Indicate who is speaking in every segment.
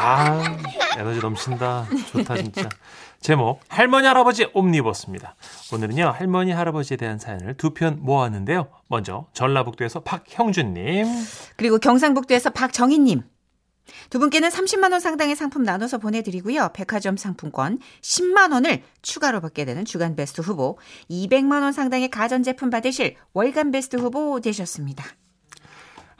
Speaker 1: 아, 에너지 넘친다. 좋다 진짜. 제목 할머니 할아버지 옴니버스입니다. 오늘은요 할머니 할아버지에 대한 사연을 두 편 모았는데요. 먼저 전라북도에서 박형준님.
Speaker 2: 그리고 경상북도에서 박정희님. 두 분께는 30만 원 상당의 상품 나눠서 보내드리고요. 백화점 상품권 10만 원을 추가로 받게 되는 주간 베스트 후보, 200만 원 상당의 가전제품 받으실 월간 베스트 후보 되셨습니다.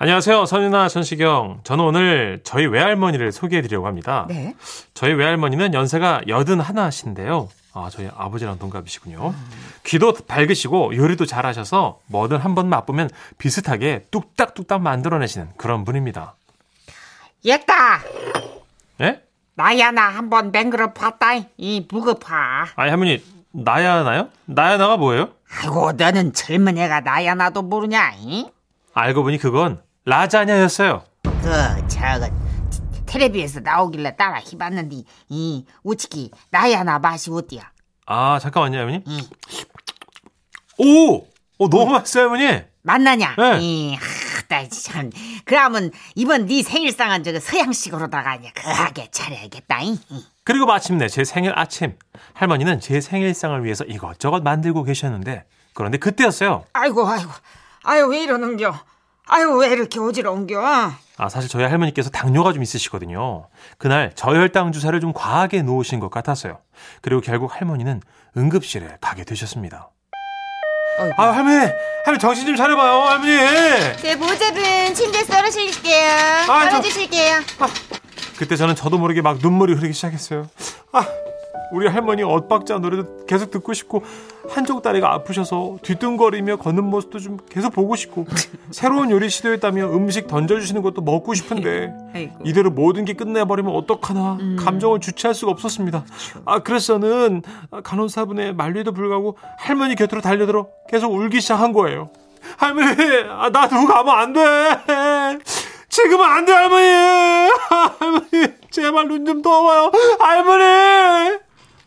Speaker 1: 안녕하세요 선윤아 전시경. 저는 오늘 저희 외할머니를 소개해드리려고 합니다.
Speaker 2: 네.
Speaker 1: 저희 외할머니는 연세가 여든 하나신데요. 아, 저희 아버지랑 동갑이시군요. 귀도 밝으시고 요리도 잘하셔서 뭐든 한 번 맛보면 비슷하게 뚝딱뚝딱 만들어내시는 그런 분입니다.
Speaker 3: 얘따
Speaker 1: 예?
Speaker 3: 나야 나 한번 맹그러 봤다 이 무급파
Speaker 1: 아니 할머니 나야 나요? 나야 나가 뭐예요?
Speaker 3: 아이고 너는 젊은 애가 나야 나도 모르냐 이?
Speaker 1: 알고 보니 그건 라자냐였어요.
Speaker 3: 그 저거 텔레비에서 나오길래 따라 해봤는데 이 우치기 나야 나 맛이 어때야
Speaker 1: 아 잠깐만요 할머니.
Speaker 3: 응.
Speaker 1: 오, 어, 너무 맛있어요 할머니.
Speaker 3: 만나냐
Speaker 1: 네.
Speaker 3: 이하참 그러면 이번 네 생일상은 저거 서양식으로다가 그냥 그하게 차려야겠다 이? 이.
Speaker 1: 그리고 마침내 제 생일 아침 할머니는 제 생일상을 위해서 이것저것 만들고 계셨는데 그런데 그때였어요.
Speaker 3: 아이고 아이고 아유 왜 이러는겨 아유 왜 이렇게 어지러운겨
Speaker 1: 아, 사실 저희 할머니께서 당뇨가 좀 있으시거든요. 그날 저혈당 주사를 좀 과하게 놓으신 것 같았어요. 그리고 결국 할머니는 응급실에 가게 되셨습니다. 아, 할머니! 할머니 정신 좀 차려봐요, 할머니!
Speaker 3: 네,
Speaker 4: 제 모자분 침대 썰으실게요.
Speaker 1: 아, 저-
Speaker 4: 썰어주실게요.
Speaker 1: 그때 저는 저도 모르게 막 눈물이 흐르기 시작했어요. 아, 우리 할머니 엇박자 노래도 계속 듣고 싶고 한쪽 다리가 아프셔서 뒤뚱거리며 걷는 모습도 좀 계속 보고 싶고 새로운 요리 시도했다며 음식 던져주시는 것도 먹고 싶은데
Speaker 2: 아이고.
Speaker 1: 이대로 모든 게 끝내버리면 어떡하나 감정을 주체할 수가 없었습니다. 아 그래서 저는 간호사분의 만류에도 불구하고 할머니 곁으로 달려들어 계속 울기 시작한 거예요. 할머니 아, 나 두고 가면 안 돼. 지금은 안 돼 할머니. 할머니 제발 눈 좀 떠봐요. 할머니.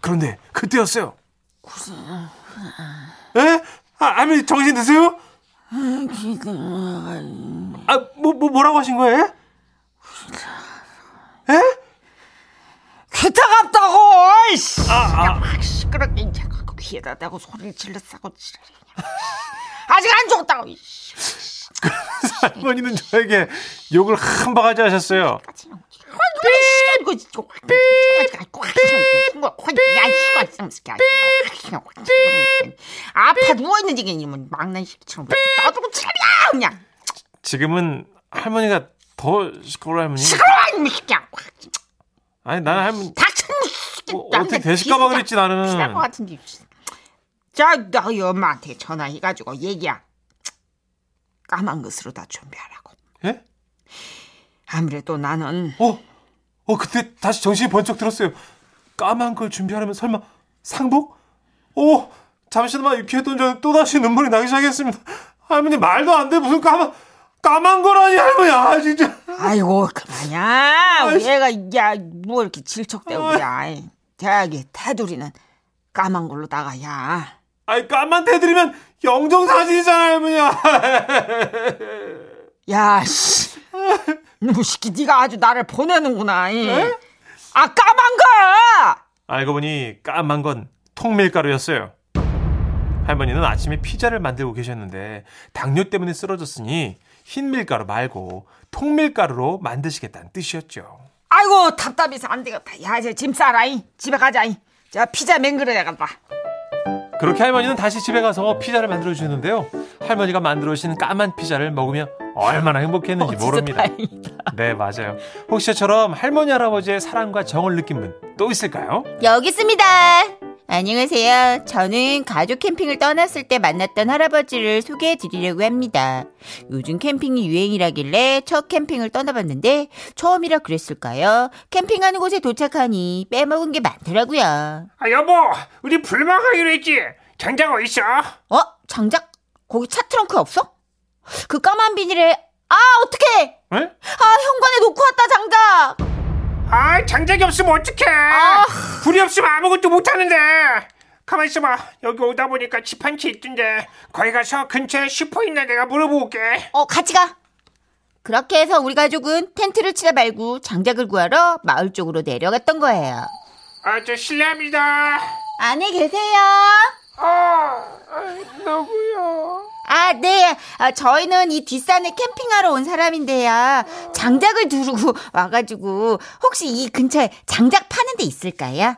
Speaker 1: 그런데 그때였어요. 에? 아, 할머니 정신 드세요? 아, 뭐, 뭐 뭐라고 하신 거예요? 에?
Speaker 3: 귀타갑다고 이씨
Speaker 1: 아,
Speaker 3: 막 시끄럽게 이제 갖고 귀에다 대고 소리를 질렀다고 지르냐. 아직 안 죽었다고 이씨
Speaker 1: 할머니는 저에게 욕을 한 바가지 하셨어요.
Speaker 3: 아이고, 이씨, 아이고, 이씨, 아이고, 아이고, 아이고, 아파 누워있는지 그냥 막난 시처럼 떠들고 차려 그냥
Speaker 1: 지금은 할머니가 더 시끄러워 할머니.
Speaker 3: 시끄러워 이놈의 새끼야
Speaker 1: 아니 나는 할머니
Speaker 3: 닥쳐 이놈의 뭐 새끼야.
Speaker 1: 어, 어떻게 되실까봐 그랬지
Speaker 3: 비싼
Speaker 1: 나는.
Speaker 3: 것 같은데 자 너희 엄마한테 전화해가지고 얘기야 까만 것으로 다 준비하라고
Speaker 1: 예?
Speaker 3: 아무래도 나는
Speaker 1: 어? 어 그때 다시 정신이 번쩍 들었어요. 까만 걸 준비하려면 설마 상복? 오 잠시나마 유쾌했던 저는 또 다시 눈물이 나기 시작했습니다. 할머니 말도 안 돼 무슨 까만 까만 거라니 할머니 아 진짜.
Speaker 3: 아이고 그만이야
Speaker 1: 아이씨.
Speaker 3: 얘가 야 뭐 이렇게 질척대고 그래 아이, 저기 테두리는 까만 걸로 나가야
Speaker 1: 아이 까만 대드리면 영정 사진이잖아 할머니야.
Speaker 3: 야씨 무식이 네가 아주 나를 보내는구나 이. 아 까만 거
Speaker 1: 알고 보니 까만 건 통밀가루였어요. 할머니는 아침에 피자를 만들고 계셨는데 당뇨 때문에 쓰러졌으니 흰 밀가루 말고 통밀가루로 만드시겠다는 뜻이었죠.
Speaker 3: 아이고 답답해서 안 되겠다 야 이제 짐 싸라이 집에 가자이 자 피자 맹그러 내간다
Speaker 1: 그렇게 할머니는 다시 집에 가서 피자를 만들어 주셨는데요. 할머니가 만들어 주신 까만 피자를 먹으며 얼마나 행복했는지 어, 모릅니다. 네, 맞아요. 혹시 저처럼 할머니 할아버지의 사랑과 정을 느낀 분 또 있을까요?
Speaker 4: 여기 있습니다. 안녕하세요. 저는 가족 캠핑을 떠났을 때 만났던 할아버지를 소개해 드리려고 합니다. 요즘 캠핑이 유행이라길래 첫 캠핑을 떠나봤는데 처음이라 그랬을까요? 캠핑하는 곳에 도착하니 빼먹은 게 많더라고요.
Speaker 5: 아 여보 우리 불망하기로 했지 장장 어디 있어?
Speaker 4: 어? 장작? 거기 차 트렁크 없어? 그 까만 비닐에 아 어떡해!
Speaker 1: 네?
Speaker 4: 아 현관에 놓고 왔다 장작!
Speaker 5: 아 장작이 없으면 어떡해 불이 없으면 아무것도 못하는데 가만 있어봐 여기 오다 보니까 집 한 채 있던데 거기 가서 근처에 슈퍼 있나 내가 물어볼게
Speaker 4: 어 같이 가! 그렇게 해서 우리 가족은 텐트를 치다 말고 장작을 구하러 마을 쪽으로 내려갔던 거예요.
Speaker 5: 아, 저 실례합니다.
Speaker 4: 안에 계세요.
Speaker 5: 아, 아, 누구요?
Speaker 4: 아, 네. 아, 저희는 이 뒷산에 캠핑하러 온 사람인데요. 장작을 두르고 와가지고 혹시 이 근처에 장작 파는 데 있을까요?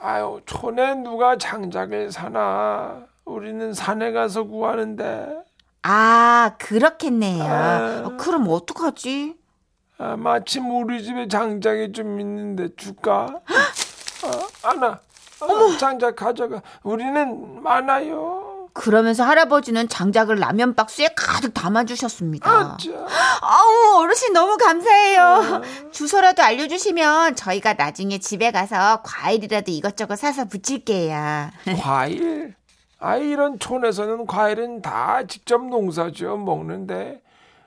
Speaker 5: 아유, 촌에 누가 장작을 사나? 우리는 산에 가서 구하는데
Speaker 4: 아, 그렇겠네요. 어, 그럼 어떡하지?
Speaker 5: 아, 마침 우리 집에 장작이 좀 있는데 줄까? 아, 안아, 아, 장작 가져가. 우리는 많아요.
Speaker 4: 그러면서 할아버지는 장작을 라면 박스에 가득 담아주셨습니다.
Speaker 5: 자,
Speaker 4: 아우, 어르신 너무 감사해요. 주소라도 알려주시면 저희가 나중에 집에 가서 과일이라도 이것저것 사서 부칠게요.
Speaker 5: 과일. 아, 이런 촌에서는 과일은 다 직접 농사지어 먹는데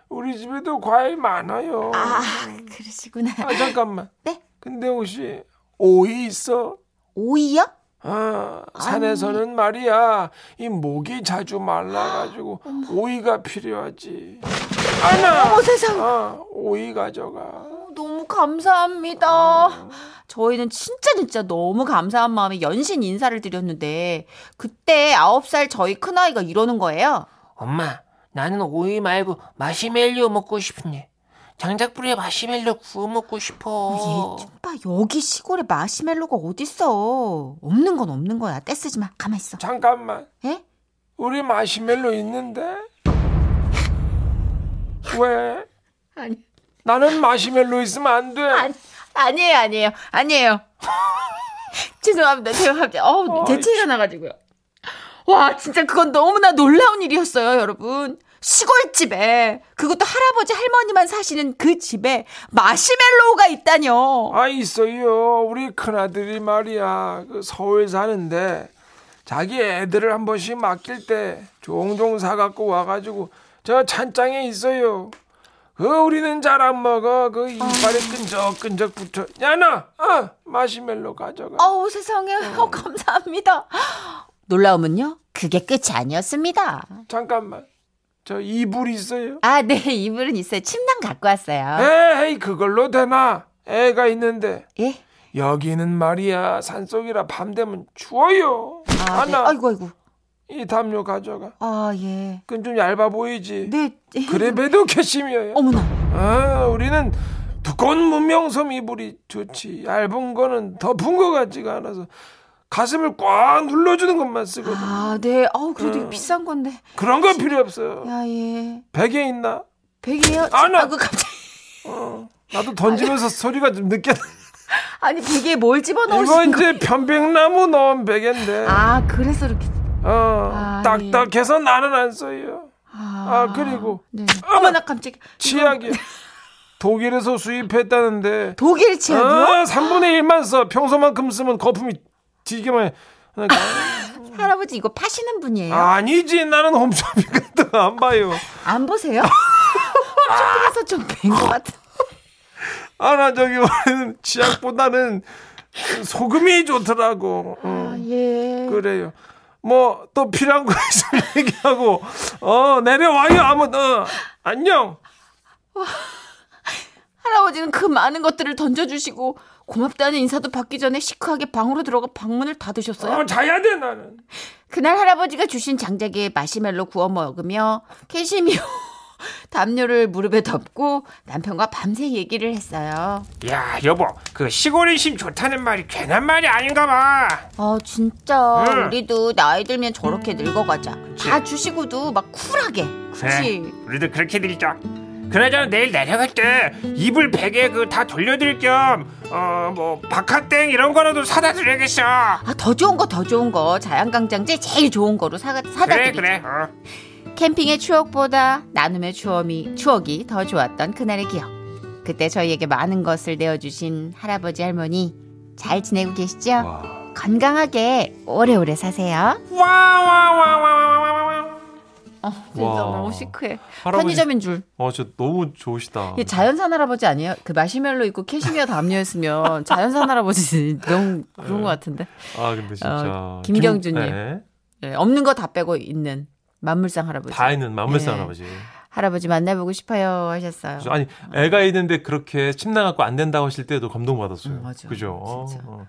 Speaker 5: 우리 집에도 과일 많아요.
Speaker 4: 아, 그러시구나.
Speaker 5: 아 잠깐만.
Speaker 4: 네?
Speaker 5: 근데 혹시 오이 있어?
Speaker 4: 오이요?
Speaker 5: 아, 산에서는 말이야 이 목이 자주 말라가지고 오이가 필요하지. 아나.
Speaker 4: 어머, 세상.
Speaker 5: 아, 오이 가져가.
Speaker 4: 너무 감사합니다. 저희는 진짜 진짜 너무 감사한 마음에 연신 인사를 드렸는데 그때 9살 저희 큰아이가 이러는 거예요.
Speaker 6: 엄마, 나는 오이 말고 마시멜로 먹고 싶네. 장작 불에 마시멜로 구워 먹고 싶어.
Speaker 4: 예, 오빠 여기 시골에 마시멜로가 어딨어. 없는 건 없는 거야. 떼쓰지 마. 가만 있어.
Speaker 5: 잠깐만.
Speaker 4: 예?
Speaker 5: 우리 마시멜로 있는데? 왜?
Speaker 4: 아니.
Speaker 5: 나는 마시멜로 있으면 안 돼.
Speaker 4: 아니, 아니에요, 아니에요. 아니에요. 죄송합니다. 제가 갑자기 어우, 대체가 나가지고요. 와, 진짜 그건 너무나 놀라운 일이었어요, 여러분. 시골집에 그것도 할아버지 할머니만 사시는 그 집에 마시멜로우가 있다뇨.
Speaker 5: 아 있어요. 우리 큰아들이 말이야 그 서울 사는데 자기 애들을 한 번씩 맡길 때 종종 사갖고 와가지고 저 찬장에 있어요. 그 우리는 잘 안 먹어. 그 이빨에 끈적끈적 붙어. 야나, 어 마시멜로 가져가.
Speaker 4: 어우, 세상에. 어, 감사합니다. 놀라움은요? 그게 끝이 아니었습니다.
Speaker 5: 잠깐만. 저 이불 있어요.
Speaker 4: 아, 네. 이불은 있어요. 침낭 갖고 왔어요.
Speaker 5: 에이 그걸로 되나? 애가 있는데
Speaker 4: 예?
Speaker 5: 여기는 말이야 산속이라 밤 되면 추워요.
Speaker 4: 아, 네.
Speaker 5: 하나
Speaker 4: 아이고, 아이고.
Speaker 5: 이 담요 가져가.
Speaker 4: 아, 예.
Speaker 5: 그건 좀 얇아 보이지.
Speaker 4: 네.
Speaker 5: 그래봬도 캐시미어야.
Speaker 4: 어머나.
Speaker 5: 아, 우리는 두꺼운 문명섬 이불이 좋지. 얇은 거는 덮은 거 같지가 않아서 가슴을 꽉 눌러주는 것만 쓰거든.
Speaker 4: 아, 네. 아우, 그래도 이거 비싼 건데.
Speaker 5: 그런 건 필요 없어.
Speaker 4: 야, 예.
Speaker 5: 베개 있나?
Speaker 4: 베개요?
Speaker 5: 아, 나-
Speaker 4: 그 갑자기.
Speaker 5: 나도 던지면서 소리가 좀 늦게. 나-
Speaker 4: 아니, 베개에 뭘
Speaker 5: 이거
Speaker 4: 집어넣으신 거
Speaker 5: 이제 편백나무 넣은 베개인데.
Speaker 4: 아, 그래서 이렇게.
Speaker 5: 어,
Speaker 4: 아,
Speaker 5: 딱딱해서 나는 안 써요.
Speaker 4: 아,
Speaker 5: 아, 그리고
Speaker 4: 네. 어머나, 깜짝이야.
Speaker 5: 치약이 독일에서 수입했다는데.
Speaker 4: 독일 치약이요?
Speaker 5: 아, 3분의 1만 써. 평소만큼 쓰면 거품이 튀기만 해.
Speaker 4: 할아버지 이거 파시는 분이에요?
Speaker 5: 아니지 나는 홈쇼핑 같은 거 안 봐요
Speaker 4: 안 보세요? 홈쇼핑에서 좀뵌것 같아.
Speaker 5: 아 나 저기 원래는 치약보다는 소금이 좋더라고 응,
Speaker 4: 예.
Speaker 5: 그래요 뭐 또 필요한 거 있으면 얘기하고 어 내려와요 아무 어 안녕
Speaker 4: 할아버지는 그 많은 것들을 던져주시고 고맙다는 인사도 받기 전에 시크하게 방으로 들어가 방문을 닫으셨어요?
Speaker 5: 어 자야 돼 나는
Speaker 4: 그날 할아버지가 주신 장작에 마시멜로 구워 먹으며 캐시미오 담요를 무릎에 덮고 남편과 밤새 얘기를 했어요.
Speaker 5: 야 여보 그 시골인심 좋다는 말이 괜한 말이 아닌가 봐
Speaker 4: 아 진짜
Speaker 5: 응.
Speaker 4: 우리도 나이 들면 저렇게 늙어가자. 다 주시고도 막 쿨하게. 그치?
Speaker 5: 우리도 그렇게 드리자 그나저나 내일 내려갈 때 이불 베개 그 다 돌려드릴 겸어뭐 박하땡 이런 거라도 사다 드려야겠어
Speaker 4: 아더 좋은 거 더 좋은 거 자양강장제 제일 좋은 거로 사, 사다 드리자.
Speaker 5: 어.
Speaker 4: 캠핑의 추억보다 나눔의 추억이, 추억이 더 좋았던 그날의 기억. 그때 저희에게 많은 것을 내어주신 할아버지 할머니 잘 지내고 계시죠?
Speaker 5: 어.
Speaker 4: 건강하게 오래오래 사세요.
Speaker 5: 와와와와와와와
Speaker 4: 진짜
Speaker 1: 와.
Speaker 4: 너무 시크해.
Speaker 1: 할아버지.
Speaker 4: 편의점인 줄.
Speaker 1: 어, 저 너무 좋으시다.
Speaker 4: 이게 예, 자연산 할아버지 아니에요? 그 마시멜로 있고 캐시미어 담요였으면 자연산 할아버지 너무 그런 것 같은데.
Speaker 1: 아, 근데 진짜.
Speaker 4: 어, 김경준님.
Speaker 1: 네,
Speaker 4: 예, 없는 거 다 빼고 있는 만물상 할아버지.
Speaker 1: 다 있는 만물상
Speaker 4: 예.
Speaker 1: 할아버지.
Speaker 4: 할아버지 만나보고 싶어요 하셨어요.
Speaker 1: 그죠? 아니 애가 있는데 그렇게 침나 갖고 안 된다고 하실 때도 감동받았어요.
Speaker 4: 음, 맞아요.
Speaker 1: 그죠?
Speaker 4: 진짜.
Speaker 1: 어.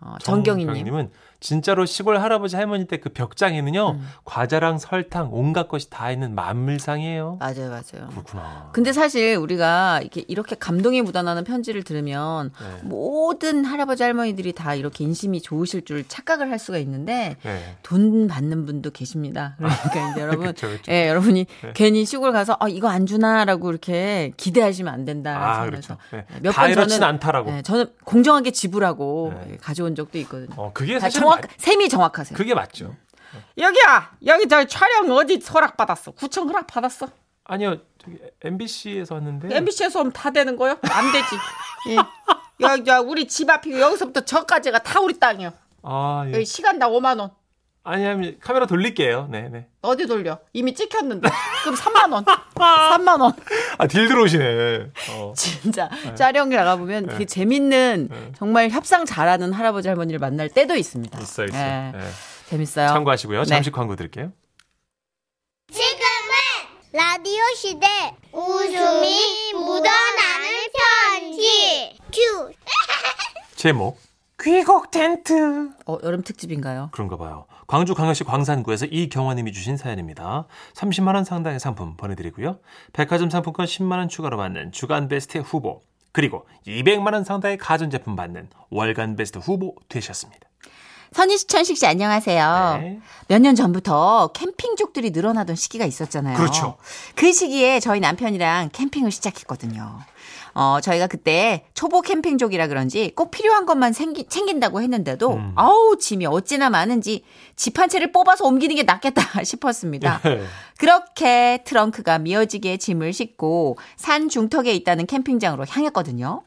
Speaker 4: 어, 정경희님.
Speaker 1: 정경희님은 진짜로 시골 할아버지 할머니 때 그 벽장에는요
Speaker 4: 음.
Speaker 1: 과자랑 설탕 온갖 것이 다 있는 만물상이에요.
Speaker 4: 맞아요, 맞아요.
Speaker 1: 그렇구나.
Speaker 4: 근데 사실 우리가 이렇게 이렇게 감동이 묻어나는 편지를 들으면
Speaker 1: 네.
Speaker 4: 모든 할아버지 할머니들이 다 이렇게 인심이 좋으실 줄 착각을 할 수가 있는데
Speaker 1: 네.
Speaker 4: 돈 받는 분도 계십니다. 그러니까 이제 여러분,
Speaker 1: 그쵸, 그쵸.
Speaker 4: 예, 여러분이
Speaker 1: 네.
Speaker 4: 괜히 시골 가서 아 이거 안 주나라고 이렇게 기대하시면 안 된다.
Speaker 1: 아
Speaker 4: 생각해서.
Speaker 1: 그렇죠. 네.
Speaker 4: 몇
Speaker 1: 다
Speaker 4: 번
Speaker 1: 이렇진
Speaker 4: 저는-
Speaker 1: 않다라고.
Speaker 4: 예, 저는 공정하게 지불하고 예,
Speaker 1: 네.
Speaker 4: 가져온 적도 있거든요.
Speaker 1: 어 그게
Speaker 4: 다
Speaker 1: 사실
Speaker 4: 아, 정확, 셈이 정확하세요.
Speaker 1: 그게 맞죠.
Speaker 3: 여기야 여기 저 촬영 어디 허락 받았어? 구청 허락 받았어?
Speaker 1: 아니요 저기 MBC에서 왔는데.
Speaker 3: MBC에서 오면 다 되는 거요? 안 되지. 예. 야, 야, 우리 집 앞이 여기서부터 저까지가 다 우리 땅이요.
Speaker 1: 아 예.
Speaker 4: 네.
Speaker 3: 여기 시간당 5만 원.
Speaker 1: 아니 아니 카메라 돌릴게요. 네네.
Speaker 3: 어디 돌려? 이미 찍혔는데. 그럼 3만 원.
Speaker 4: 3만 원.
Speaker 1: 아 딜 들어오시네. 어.
Speaker 4: 진짜 촬영 나가 보면
Speaker 1: 네.
Speaker 4: 되게 재밌는 정말 협상 잘하는 할아버지 할머니를 만날 때도 있습니다.
Speaker 1: 있어 있어.
Speaker 4: 예,
Speaker 1: 예.
Speaker 4: 재밌어요.
Speaker 1: 참고하시고요.
Speaker 4: 네.
Speaker 1: 잠시 광고 드릴게요.
Speaker 7: 지금은 라디오 시대 웃음이 묻어나는 편지 큐
Speaker 1: 제목
Speaker 3: 귀곡 텐트.
Speaker 4: 어, 여름 특집인가요?
Speaker 1: 그런가 봐요. 광주 광역시 광산구에서 이경화님이 주신 사연입니다. 30만 원 상당의 상품 보내드리고요. 백화점 상품권 10만 원 추가로 받는 주간 베스트 후보 그리고 200만 원 상당의 가전제품 받는 월간 베스트 후보 되셨습니다.
Speaker 4: 선희 씨, 천식 씨
Speaker 8: 어.
Speaker 4: 안녕하세요.
Speaker 1: 네.
Speaker 4: 몇 년 전부터 캠핑족들이 늘어나던 시기가 있었잖아요.
Speaker 1: 그렇죠.
Speaker 4: 그 시기에 저희 남편이랑 캠핑을 시작했거든요. 어, 저희가 그때 초보 캠핑족이라 그런지 꼭 필요한 것만 생기, 챙긴다고 했는데도
Speaker 1: 음.
Speaker 4: 아우 짐이 어찌나 많은지 집 한 채를 뽑아서 옮기는 게 낫겠다 싶었습니다. 그렇게 트렁크가 미어지게 짐을 싣고 산 중턱에 있다는 캠핑장으로 향했거든요.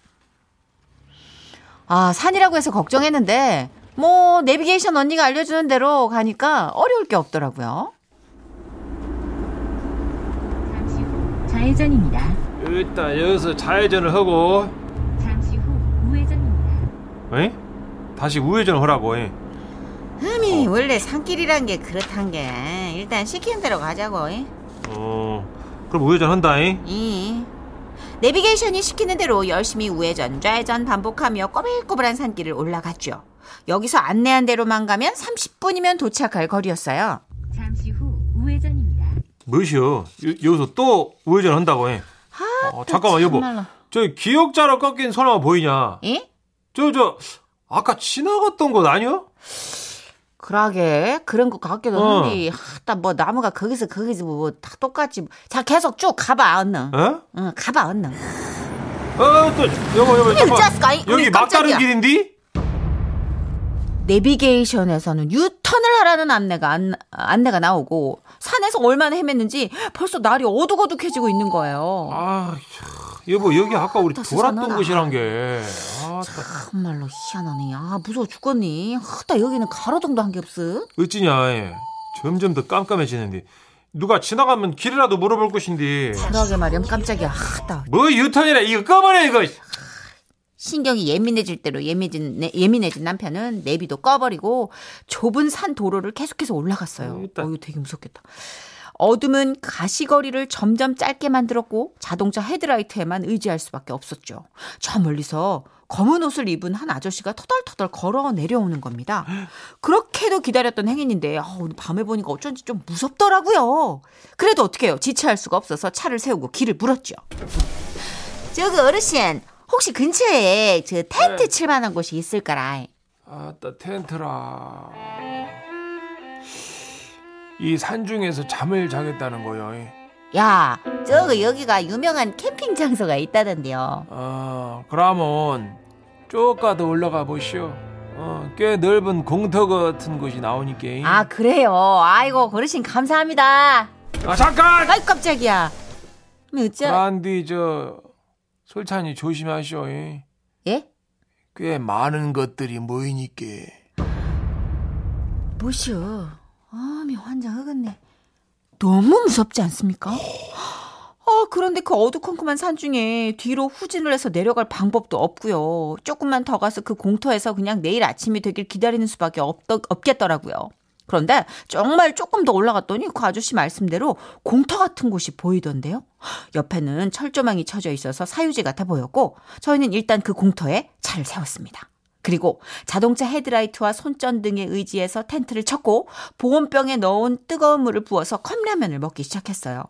Speaker 4: 아, 산이라고 해서 걱정했는데, 뭐, 내비게이션 언니가 알려주는 대로 가니까 어려울 게 없더라고요.
Speaker 8: 잠시 후 좌회전입니다.
Speaker 5: 일단 여기서 좌회전을 하고
Speaker 8: 잠시 후 우회전입니다.
Speaker 1: 에? 다시 우회전 하라고. 에?
Speaker 4: 흠이, 원래 산길이란 게 그렇단 게, 일단 시키는 대로 가자고.
Speaker 1: 어, 그럼 우회전 한다. 에?
Speaker 4: 이. 내비게이션이 시키는 대로 열심히 우회전, 좌회전 반복하며 꼬불꼬불한 산길을 올라갔죠. 여기서 안내한 대로만 가면 30분이면 도착할 거리였어요.
Speaker 8: 잠시 후 우회전입니다.
Speaker 1: 뭐시여? 요- 여기서 또 우회전 한다고. 에?
Speaker 4: 아,
Speaker 1: 어, 잠깐만 여보. 저 기억자로 꺾인 설마 보이냐?
Speaker 4: 예?
Speaker 1: 저 저 아까 지나갔던 곳 아니요?
Speaker 4: 그러게 그런 것 같기도
Speaker 1: 어.
Speaker 4: 한데 하다 뭐 나무가 거기서 거기서 뭐 다 똑같이 자 계속 쭉 가봐 언능
Speaker 1: 에?
Speaker 4: 응 가봐 언능
Speaker 1: 어, 또 여보 여보 잠깐.
Speaker 4: 어쩌었을까? 아니,
Speaker 1: 여기
Speaker 4: 우리
Speaker 1: 막다른
Speaker 4: 깜짝이야.
Speaker 1: 길인데?
Speaker 4: 내비게이션에서는 유턴을 하라는 안내가 안, 안내가 나오고 산에서 얼마나 헤맸는지 벌써 날이 어둑어둑해지고 있는 거예요
Speaker 1: 아, 야, 여보 여기 아까 우리
Speaker 4: 다시
Speaker 1: 돌았던
Speaker 4: 전화가.
Speaker 1: 곳이란 게. 아, 따-
Speaker 4: 정말로 희한하네 아 무서워 죽겠니 하다 여기는 가로등도 한 게 없어
Speaker 1: 어찌냐? 예. 점점 더 깜깜해지는데 누가 지나가면 길이라도 물어볼 곳인데.
Speaker 4: 그러게 말이야 깜짝이야 하다
Speaker 1: 뭐 유턴이라 이거 꺼버려 이거.
Speaker 4: 신경이 예민해질 대로 예민해진, 내- 예민해진 남편은 내비도 꺼버리고 좁은 산 도로를 계속해서 올라갔어요.
Speaker 1: 일단.
Speaker 4: 어, 이거 되게 무섭겠다. 어둠은 가시거리를 점점 짧게 만들었고 자동차 헤드라이트에만 의지할 수밖에 없었죠. 저 멀리서 검은 옷을 입은 한 아저씨가 터덜터덜 걸어 내려오는 겁니다. 그렇게도 기다렸던 행인인데 아, 오늘 밤에 보니까 어쩐지 좀 무섭더라고요. 그래도 어떻게 해요? 지체할 수가 없어서 차를 세우고 길을 물었죠. 저기 어르신 혹시 근처에 저 텐트 칠 만한 곳이 있을까라
Speaker 5: 아따 텐트라 이 산중에서 잠을 자겠다는 거요
Speaker 4: 야 저거 여기가 유명한 캠핑 장소가 있다던데요
Speaker 5: 어 그러면 쪼까더 올라가 보시오 어, 꽤 넓은 공터 같은 곳이 나오니까
Speaker 1: 음.
Speaker 4: 아 그래요 아이고 어르신 감사합니다
Speaker 5: 아, 잠깐
Speaker 4: 아이 깜짝이야 뭐 어째
Speaker 1: 아.
Speaker 5: 그런 뒤저 솔찬이 조심하시오 꽤
Speaker 4: 예?
Speaker 5: 많은 것들이 모이니까
Speaker 4: 뭐시여 아미 환장 흑었네 너무 무섭지 않습니까? 아 그런데 그 어두컴컴한 산중에 뒤로 후진을 해서 내려갈 방법도 없고요 조금만 더 가서 그 공터에서 그냥 내일 아침이 되길 기다리는 수밖에 없 없겠더라고요 그런데 정말 조금 더 올라갔더니 그 아저씨 말씀대로 공터 같은 곳이 보이던데요. 옆에는 철조망이 쳐져 있어서 사유지 같아 보였고 저희는 일단 그 공터에 차를 세웠습니다. 그리고 자동차 헤드라이트와 손전 등에 의지해서 텐트를 쳤고 보온병에 넣은 뜨거운 물을 부어서 컵라면을 먹기 시작했어요.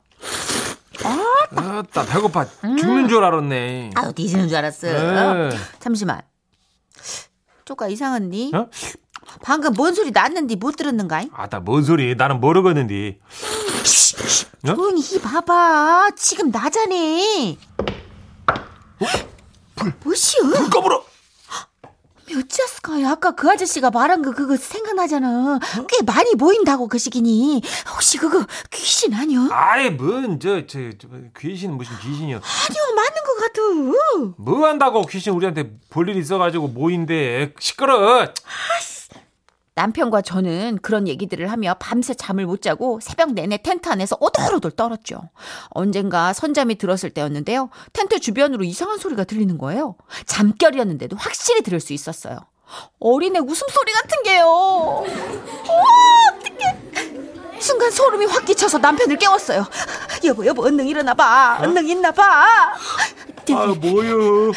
Speaker 9: 아따 배고파 죽는 줄 알았네.
Speaker 4: 음. 아우 뒤지는 줄 알았어.
Speaker 9: 네.
Speaker 5: 예.
Speaker 4: 잠시만. 쪼까 이상한니?
Speaker 1: 어?
Speaker 4: 방금 뭔 소리 났는데 못 들었는가?
Speaker 1: 아따 뭔 소리? 나는 모르겠는데.
Speaker 4: 조용히 히 봐봐. 지금 나잖아. 어? 불. 뭐시여? 불 꺼불어. 몇자스카야 아까 그 아저씨가 말한 거 그거 생각나잖아. 꽤 많이 모인다고 그 시기니. 혹시 그거 귀신 아니야?
Speaker 1: 아이 뭔저저 저, 귀신 무슨 귀신이야?
Speaker 4: 아니요 맞는 것 같아.
Speaker 1: 뭐 한다고 귀신 우리한테 볼일 있어가지고 모인데 시끄러.
Speaker 4: 남편과 저는 그런 얘기들을 하며 밤새 잠을 못 자고 새벽 내내 텐트 안에서 오돌오돌 떨었죠. 언젠가 선잠이 들었을 때였는데요. 텐트 주변으로 이상한 소리가 들리는 거예요. 잠결이었는데도 확실히 들을 수 있었어요. 어린애 웃음소리 같은 게요. 와, 어떡해. 순간 소름이 확 끼쳐서 남편을 깨웠어요. 여보, 여보, 얼른 일어나봐. 얼른 있나봐.
Speaker 1: 아 뭐요?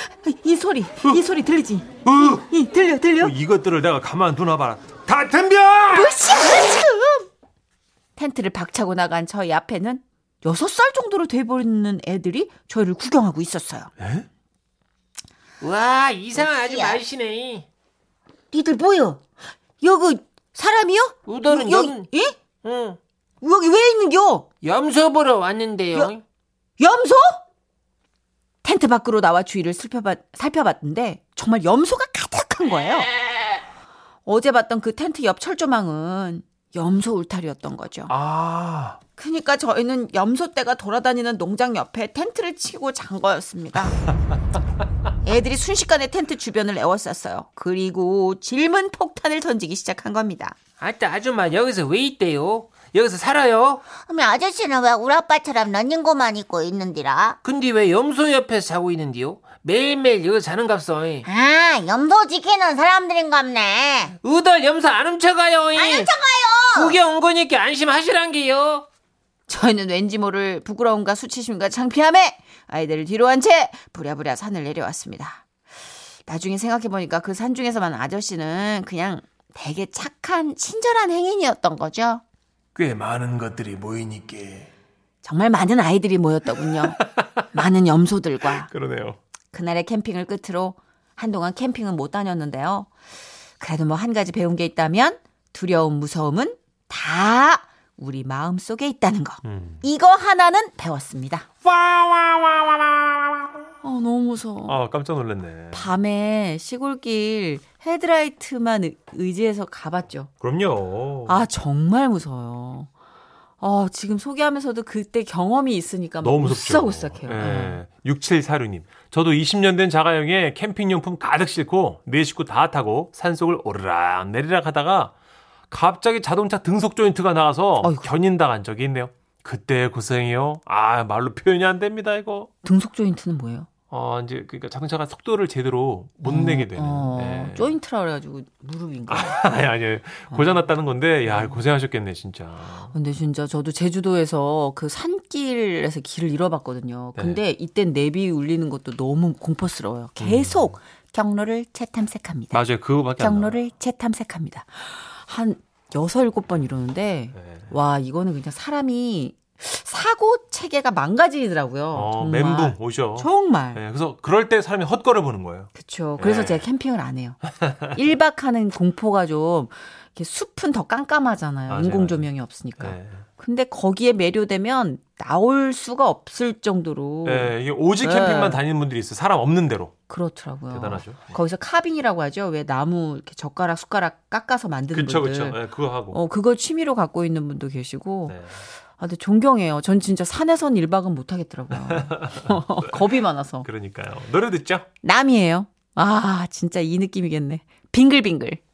Speaker 4: 이 소리, 이 소리 들리지?
Speaker 1: 으,
Speaker 4: 이, 들려, 들려?
Speaker 1: 어, 이것들을 내가 가만 두나 봐라. 다 덤벼!
Speaker 4: 뭐시야 지금 아, 텐트를 박차고 나간 저희 앞에는 여섯 살 정도로 돼버리는 애들이 저희를 구경하고 있었어요
Speaker 6: 와 이상한 아주 맛이네.
Speaker 4: 니들 뭐여 여기 사람이요?
Speaker 6: 우더는
Speaker 4: 여기
Speaker 6: 염,
Speaker 4: 예?
Speaker 6: 응,
Speaker 4: 여기 왜 있는겨?
Speaker 6: 염소 보러 왔는데요.
Speaker 4: 여- 염소? 텐트 밖으로 나와 주위를 슬펴봤, 살펴봤는데 정말 염소가 가득한 거예요. 어제 봤던 그 텐트 옆 철조망은 염소 울타리였던 거죠.
Speaker 1: 아
Speaker 4: 그러니까 저희는 염소 떼가 돌아다니는 농장 옆에 텐트를 치고 잔 거였습니다. 애들이 순식간에 텐트 주변을 에워쌌어요. 그리고 질문 폭탄을 던지기 시작한 겁니다.
Speaker 6: 아따 아줌마 여기서 왜 있대요? 여기서 살아요?
Speaker 10: 어머 아저씨는 왜 우리 아빠처럼 런닝고만 입고 있는디라?
Speaker 6: 근데 왜 염소 옆에서 자고 있는데요? 매일매일 여기서 자는갑소.
Speaker 10: 아 염소 지키는 사람들인갑네.
Speaker 6: 우덜 염소 안 훔쳐가요. 안 훔쳐가요. 구경 온 거니까 안심하시란 게요.
Speaker 4: 저희는 왠지 모를 부끄러움과 수치심과 창피함에 아이들을 뒤로 한 채 부랴부랴 산을 내려왔습니다. 나중에 생각해보니까 그 산 중에서만 아저씨는 그냥 되게 착한 친절한 행인이었던 거죠.
Speaker 9: 꽤 많은 것들이 모이니께
Speaker 4: 정말 많은 아이들이 모였더군요. 많은 염소들과
Speaker 1: 그러네요.
Speaker 4: 그날의 캠핑을 끝으로 한동안 캠핑은 못 다녔는데요. 그래도 뭐 한 가지 배운 게 있다면 두려움, 무서움은 다 우리 마음 속에 있다는 거.
Speaker 1: 음.
Speaker 4: 이거 하나는 배웠습니다. 아, 너무 무서워.
Speaker 1: 아 깜짝 놀랐네.
Speaker 4: 밤에 시골길 헤드라이트만 의- 의지해서 가봤죠.
Speaker 1: 그럼요.
Speaker 4: 아, 정말 무서워요. 어, 지금 소개하면서도 그때 경험이 있으니까
Speaker 1: 너무
Speaker 4: 너무
Speaker 1: 무섭죠.
Speaker 4: 우싹우싹해요. 아, 네.
Speaker 1: 예. 6746님. 저도 20년 된 자가용에 캠핑용품 가득 싣고 네 식구 다 타고 산속을 오르락 내리락 하다가 갑자기 자동차 등속 조인트가 나가서
Speaker 4: 어이구.
Speaker 1: 견인당한 적이 있네요. 그때 고생이요. 아 말로 표현이 안 됩니다 이거.
Speaker 4: 등속 조인트는 뭐예요?
Speaker 1: 어 이제 그러니까 자동차가 속도를 제대로 못 내게 되는.
Speaker 4: 어,
Speaker 1: 예.
Speaker 4: 조인트라 그래가지고 무릎인가.
Speaker 1: 아니 아니 고장 났다는 건데 야 고생하셨겠네 진짜.
Speaker 4: 근데 진짜 저도 제주도에서 그 산길에서 길을 잃어봤거든요.
Speaker 1: 네. 음.
Speaker 4: 근데 이땐 내비 울리는 것도 너무 공포스러워요. 계속 경로를 재탐색합니다.
Speaker 1: 맞아요 그거밖에 안 나와요.
Speaker 4: 경로를 재탐색합니다. 한 여섯 일곱 번 이러는데
Speaker 1: 예.
Speaker 4: 와 이거는 그냥 사람이 사고 체계가 망가지더라고요.
Speaker 1: 어,
Speaker 4: 정말.
Speaker 1: 멘붕 오셔.
Speaker 4: 정말.
Speaker 1: 예, 그래서 그럴 때 사람이 헛걸어 보는 거예요.
Speaker 4: 그렇죠. 그래서
Speaker 1: 예.
Speaker 4: 제가 캠핑을 안 해요. 1박 하는 공포가 좀 이렇게 숲은 더 깜깜하잖아요.
Speaker 1: 맞아요,
Speaker 4: 인공
Speaker 1: 맞아요.
Speaker 4: 조명이 없으니까.
Speaker 1: 예.
Speaker 4: 근데 거기에 매료되면 나올 수가 없을 정도로
Speaker 1: 예, 이게 오직
Speaker 4: 네.
Speaker 1: 캠핑만 다니는 분들이 있어요. 사람 없는 대로.
Speaker 4: 그렇더라고요.
Speaker 1: 대단하죠.
Speaker 4: 거기서 카빙이라고 하죠. 왜 나무 이렇게 젓가락 숟가락 깎아서 만드는
Speaker 1: 그쵸,
Speaker 4: 분들.
Speaker 1: 그쵸. 예, 그거 하고.
Speaker 4: 어 그걸 취미로 갖고 있는 분도 계시고.
Speaker 1: 네.
Speaker 4: 아 근데 존경해요. 전 진짜 산에선 1박은 못 하겠더라고요. 겁이 많아서.
Speaker 1: 그러니까요. 노래 듣죠?
Speaker 4: 남이에요. 아 진짜 이 느낌이겠네. 빙글빙글.